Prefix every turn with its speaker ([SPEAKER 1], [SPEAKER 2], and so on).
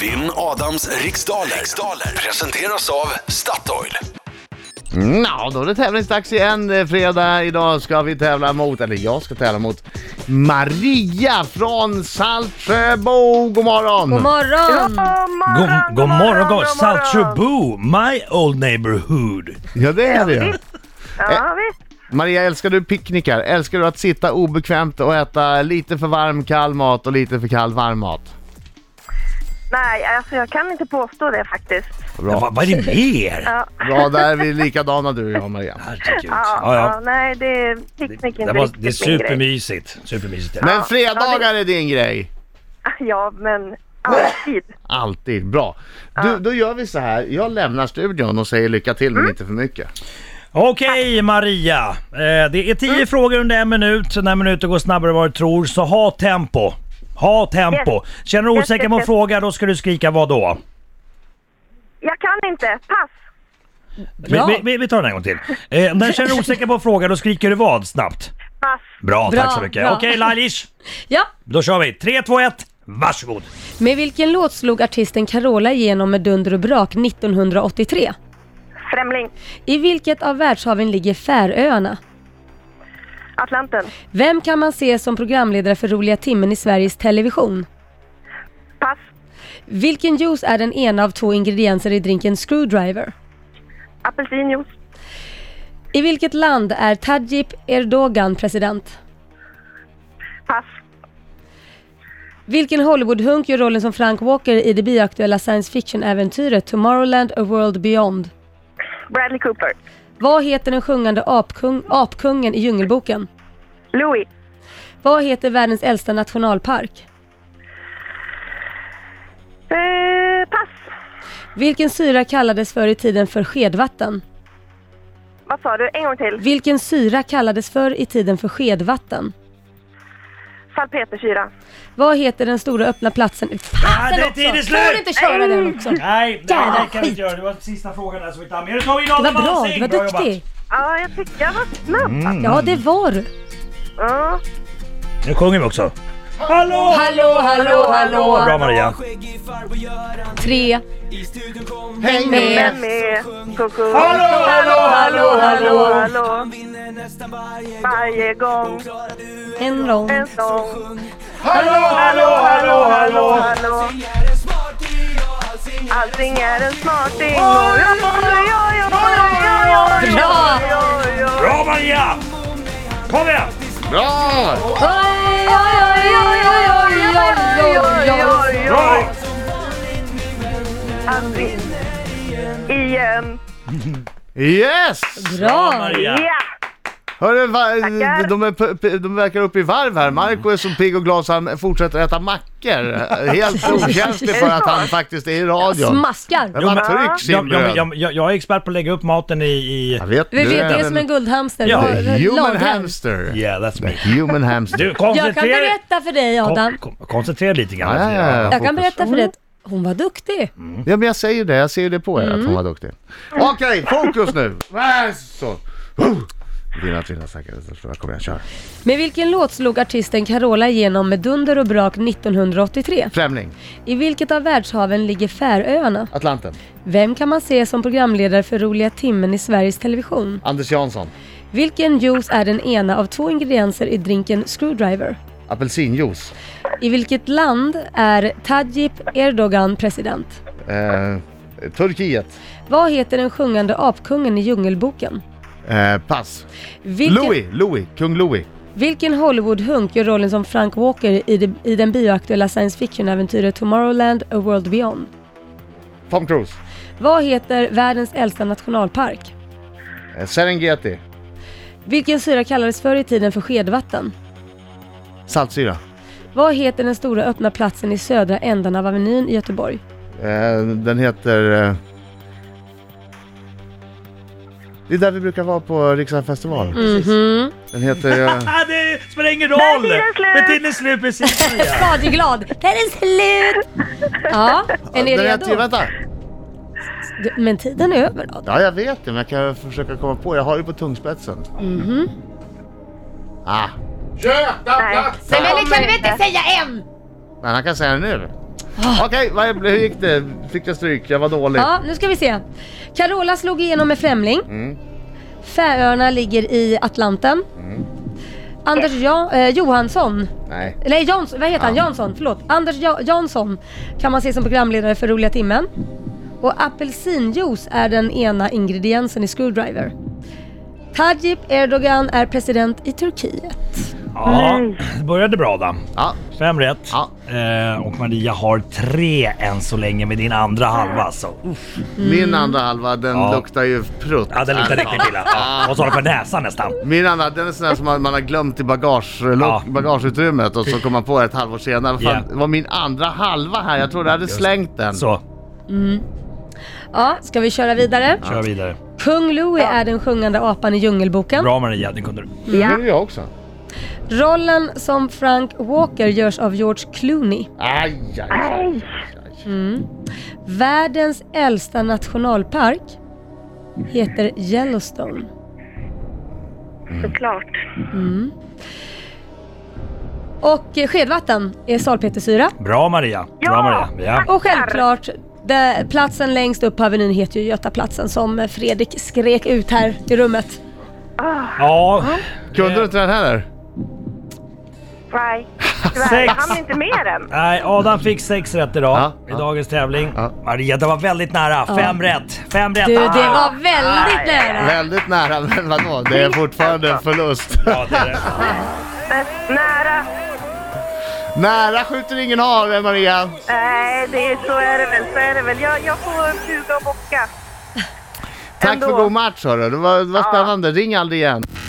[SPEAKER 1] Vinn Adams riksdaler. riksdaler presenteras av Statoil.
[SPEAKER 2] Ja, då är det tävlingsdags igen. Det är fredag. Idag ska vi tävla mot, eller jag ska tävla mot Maria från Saltsjöbo. God morgon!
[SPEAKER 3] God morgon!
[SPEAKER 4] God, god morgon, god Saltsjöbo, my old neighborhood.
[SPEAKER 2] Ja, det är det ju.
[SPEAKER 5] Ja, visst.
[SPEAKER 2] Maria, älskar du picknickar? Älskar du att sitta obekvämt och äta lite för varm kall mat och lite för kall varm mat?
[SPEAKER 5] Nej, alltså jag kan inte påstå det faktiskt.
[SPEAKER 4] Ja, vad, vad är det mer?
[SPEAKER 5] Ja,
[SPEAKER 2] Bra, där är vi likadana du och jag Maria.
[SPEAKER 4] Herregud.
[SPEAKER 5] ja,
[SPEAKER 4] Ja, ja.
[SPEAKER 5] nej, det är picknick
[SPEAKER 4] Det,
[SPEAKER 5] inte
[SPEAKER 4] var,
[SPEAKER 5] riktigt
[SPEAKER 4] det är
[SPEAKER 5] min grej.
[SPEAKER 4] supermysigt. Supermysigt. är det.
[SPEAKER 2] Men fredagar är din grej.
[SPEAKER 5] Ja, men alltid.
[SPEAKER 2] Alltid. Bra. Du, då gör vi så här. Jag lämnar studion och säger lycka till, men inte för mycket.
[SPEAKER 4] Okej Maria, eh, det är tio
[SPEAKER 5] Mm.
[SPEAKER 4] frågor under en minut. När minuten går snabbare än vad du tror, så ha tempo. Ha tempo. Känner du
[SPEAKER 5] Yes,
[SPEAKER 4] osäker
[SPEAKER 5] yes,
[SPEAKER 4] på en
[SPEAKER 5] yes.
[SPEAKER 4] fråga, då ska du skrika vad då?
[SPEAKER 5] Jag kan inte. Pass.
[SPEAKER 4] Vi, vi- vi, vi tar den en gång till. Eh, när du känner dig osäker på en fråga, då skriker du vad snabbt?
[SPEAKER 5] Pass.
[SPEAKER 4] Bra,
[SPEAKER 3] Bra,
[SPEAKER 4] tack så mycket.
[SPEAKER 3] bra.
[SPEAKER 4] Okej Lailish,
[SPEAKER 3] Ja,
[SPEAKER 4] då kör vi. Tre, två, ett. varsågod.
[SPEAKER 3] med vilken låt slog artisten Carola igenom med dunder och brak 1983?
[SPEAKER 5] Främling.
[SPEAKER 3] I vilket av världshaven ligger Färöarna?
[SPEAKER 5] Atlanten.
[SPEAKER 3] Vem kan man se som programledare för Roliga timmen i Sveriges Television?
[SPEAKER 5] Pass.
[SPEAKER 3] Vilken juice är den ena av två ingredienser i drinken Screwdriver?
[SPEAKER 5] Apelsinjuice.
[SPEAKER 3] I vilket land är Tajip Erdogan president?
[SPEAKER 5] Pass.
[SPEAKER 3] Vilken Hollywoodhunk gör rollen som Frank Walker i det bioaktuella science fiction-äventyret Tomorrowland A World Beyond?
[SPEAKER 5] Bradley Cooper.
[SPEAKER 3] Vad heter den sjungande apkung, apkungen i Djungelboken?
[SPEAKER 5] Louis.
[SPEAKER 3] Vad heter världens äldsta nationalpark?
[SPEAKER 5] Eh, pass.
[SPEAKER 3] Vilken syra kallades förr i tiden för skedvatten?
[SPEAKER 5] Vad sa du? En gång till.
[SPEAKER 3] Vilken syra kallades förr i tiden för skedvatten?
[SPEAKER 5] Salpetersyra.
[SPEAKER 3] Vad heter den stora öppna platsen...
[SPEAKER 4] Ah,
[SPEAKER 3] Platsen
[SPEAKER 4] det är
[SPEAKER 3] också!
[SPEAKER 4] tiden
[SPEAKER 3] Kan
[SPEAKER 4] slut! Mm.
[SPEAKER 3] du inte köra den också?
[SPEAKER 4] Nej, nej,
[SPEAKER 3] Jävla
[SPEAKER 4] det kan vi
[SPEAKER 3] skit.
[SPEAKER 4] inte göra. Det var sista frågan där som vi tar med. Nu tar vi in
[SPEAKER 3] Det var
[SPEAKER 4] Adam
[SPEAKER 3] bra,
[SPEAKER 4] Alsing.
[SPEAKER 3] du var
[SPEAKER 4] Bra jobbat.
[SPEAKER 3] duktig.
[SPEAKER 5] Ja, jag tycker jag var snabb.
[SPEAKER 4] Mm.
[SPEAKER 3] Ja, det var du.
[SPEAKER 5] Ja.
[SPEAKER 4] Nu sjunger vi också. Hallå!
[SPEAKER 3] Hallå, hallå, hallå!
[SPEAKER 4] Bra Maria.
[SPEAKER 3] Tre.
[SPEAKER 2] Häng
[SPEAKER 5] Vem är Coco?
[SPEAKER 4] Hallå, hallå,
[SPEAKER 3] hallå, hallå.
[SPEAKER 5] hallå. Varje gång
[SPEAKER 3] En lång.
[SPEAKER 5] en sång.
[SPEAKER 4] Hallå, hallå, hallå!
[SPEAKER 5] hallå. Allting är en smarting och jag får oj, oj, oj, oj, oj,
[SPEAKER 3] Bra!
[SPEAKER 5] oj, oj.
[SPEAKER 4] Bra Maria! Kom igen!
[SPEAKER 2] Bra!
[SPEAKER 4] Bra!
[SPEAKER 5] Allting igen.
[SPEAKER 2] Yes!
[SPEAKER 3] Bra!
[SPEAKER 4] Maria.
[SPEAKER 5] Ja,
[SPEAKER 2] Hörru, va,
[SPEAKER 5] Tackar.
[SPEAKER 2] de, är, p- p- de verkar uppe i varv
[SPEAKER 3] Mm.
[SPEAKER 2] här. Marco är så pigg och glad så han fortsätter äta mackor. Helt okänslig för att han faktiskt är i radion.
[SPEAKER 3] Smaskar!
[SPEAKER 2] Men man
[SPEAKER 4] men-
[SPEAKER 2] trycks i
[SPEAKER 4] Jag, jag,
[SPEAKER 2] bröd.
[SPEAKER 4] jag, jag, jag är expert på att lägga upp maten i... i...
[SPEAKER 2] Jag vet,
[SPEAKER 3] Vi
[SPEAKER 2] du
[SPEAKER 3] vet, det är
[SPEAKER 2] en
[SPEAKER 3] som en guldhamster.
[SPEAKER 4] Ja.
[SPEAKER 3] Har-
[SPEAKER 2] Human
[SPEAKER 3] lagrar.
[SPEAKER 2] hamster.
[SPEAKER 4] Yeah, that's me.
[SPEAKER 2] Human hamster.
[SPEAKER 4] Du,
[SPEAKER 3] Jag kan
[SPEAKER 4] koncentrera dig.
[SPEAKER 3] berätta för dig Adam.
[SPEAKER 4] Kon- kon- Koncentrera dig lite grann.
[SPEAKER 2] Ja, ja, ja.
[SPEAKER 3] Jag kan berätta för dig
[SPEAKER 4] Mm.
[SPEAKER 3] att hon var duktig.
[SPEAKER 2] Ja men jag säger ju det, jag ser ju det på er att hon
[SPEAKER 3] Mm.
[SPEAKER 2] var duktig. Okej, fokus nu! Äh, Så. Oh. Dina trillar säkert, så tror jag kommer jag köra.
[SPEAKER 3] Med vilken låt slog artisten Carola igenom med dunder och brak 1983?
[SPEAKER 2] Främling,
[SPEAKER 3] I vilket av världshaven ligger Färöarna?
[SPEAKER 2] Atlanten,
[SPEAKER 3] Vem kan man se som programledare för Roliga timmen i Sveriges Television?
[SPEAKER 2] Anders Jansson,
[SPEAKER 3] Vilken juice är den ena av två ingredienser i drinken Screwdriver?
[SPEAKER 2] apelsinjuice,
[SPEAKER 3] I vilket land är Tajip Erdogan president?
[SPEAKER 2] eh, Turkiet,
[SPEAKER 3] Vad heter den sjungande apkungen i Djungelboken?
[SPEAKER 2] eh, pass.
[SPEAKER 3] Vilken,
[SPEAKER 2] Louis, Louis, kung Louis.
[SPEAKER 3] vilken Hollywood-hunk gör rollen som Frank Walker i, det, i den bioaktuella science fiction-äventyret Tomorrowland A World Beyond?
[SPEAKER 2] Tom Cruise,
[SPEAKER 3] Vad heter världens äldsta nationalpark?
[SPEAKER 2] eh, Serengeti,
[SPEAKER 3] Vilken syra kallades förr i tiden för skedvatten?
[SPEAKER 2] saltsyra,
[SPEAKER 3] Vad heter den stora öppna platsen i södra ändan av Avenyn i Göteborg?
[SPEAKER 2] eh, den heter... Eh, det är där vi brukar vara på Riksdagen festival.
[SPEAKER 3] Mhm.
[SPEAKER 2] Den heter... Eh,
[SPEAKER 4] Ah, det spelar ingen
[SPEAKER 5] Där är
[SPEAKER 4] roll!
[SPEAKER 5] tiden slut.
[SPEAKER 4] Men tiden är slut precis Maria.
[SPEAKER 3] Skadeglad! Där är slut! Ja, är ni
[SPEAKER 2] den heter,
[SPEAKER 3] redo?
[SPEAKER 2] vänta!
[SPEAKER 3] Du, Men tiden är över Adam.
[SPEAKER 2] Ja, jag vet det, men jag kan försöka komma på. Jag har det på tungspetsen. Ah. Mhm. Ah.
[SPEAKER 5] nej.
[SPEAKER 6] Nej, men ni kan väl inte säga än?
[SPEAKER 2] Men han kan säga det nu. Okej, vad- hur gick det? Fick jag stryk? Jag var dålig.
[SPEAKER 3] Ja, nu ska vi se. Carola slog igenom med Främling. Färöarna ligger i Atlanten. Anders ja, eh, Johansson,
[SPEAKER 2] Nej.
[SPEAKER 3] nej Jansson, vad heter han?
[SPEAKER 2] Ja.
[SPEAKER 3] Jansson, förlåt. Anders ja, Jansson kan man se som programledare för Roliga timmen. Och apelsinjuice är den ena ingrediensen i Screwdriver. Tayyip Erdogan är president i Turkiet.
[SPEAKER 4] Ja, det började bra då.
[SPEAKER 2] Ja.
[SPEAKER 4] Fem rätt.
[SPEAKER 2] Ja.
[SPEAKER 4] Eh, och Maria har tre än så länge med din andra halva alltså. Uff.
[SPEAKER 2] Min andra halva den
[SPEAKER 4] Ja.
[SPEAKER 2] luktar ju prutt.
[SPEAKER 4] Ja, det luktar riktigt illa. Ja. Och så har du för näsan nästan.
[SPEAKER 2] Min andra, den är sån här som man, man har glömt i bagage, eh,
[SPEAKER 4] Ja.
[SPEAKER 2] bagageutrymmet och så kommer man på det ett halvår senare. Fan,
[SPEAKER 4] Ja.
[SPEAKER 2] Det var min andra halva här, jag trodde jag hade slängt den.
[SPEAKER 4] Så,
[SPEAKER 3] Ja, ska vi köra vidare?
[SPEAKER 4] kör vidare.
[SPEAKER 3] Kung Louis är den sjungande apan i Djungelboken.
[SPEAKER 4] Bra Maria, det kunde du.
[SPEAKER 2] Det gjorde jag också.
[SPEAKER 3] Rollen som Frank Walker görs av George Clooney.
[SPEAKER 2] Aj, aj, aj. aj.
[SPEAKER 3] Världens äldsta nationalpark heter Yellowstone.
[SPEAKER 5] Såklart.
[SPEAKER 3] Och eh, skedvatten är salpetersyra.
[SPEAKER 4] Bra Maria. Bra
[SPEAKER 5] Ja!
[SPEAKER 4] Maria. Ja.
[SPEAKER 3] Och självklart, där platsen längst upp på Avenyn heter ju Götaplatsen som eh, Fredrik skrek ut här i rummet.
[SPEAKER 4] ja.
[SPEAKER 2] Kunde du inte den heller?
[SPEAKER 5] Nej, tyvärr.
[SPEAKER 4] Sex.
[SPEAKER 5] Jag hann inte med den.
[SPEAKER 4] Nej, Adam fick sex rätt idag
[SPEAKER 2] Ja,
[SPEAKER 4] i
[SPEAKER 2] ja.
[SPEAKER 4] dagens tävling.
[SPEAKER 2] Ja.
[SPEAKER 4] Maria, det var väldigt nära. Fem rätt. Fem rätt.
[SPEAKER 3] Du, det
[SPEAKER 4] Ah!
[SPEAKER 3] var väldigt nära!
[SPEAKER 2] Väldigt nära, men vadå? Det är fortfarande en förlust.
[SPEAKER 4] Ja, det är det.
[SPEAKER 5] Men nära.
[SPEAKER 2] nära skjuter ingen hare, Maria.
[SPEAKER 5] Nej, det är, så är det väl. Så är det väl. Jag, jag får fuga och bocka.
[SPEAKER 2] Tack
[SPEAKER 5] Ändå.
[SPEAKER 2] för god match hörru, det var, det var spännande. Ring aldrig igen.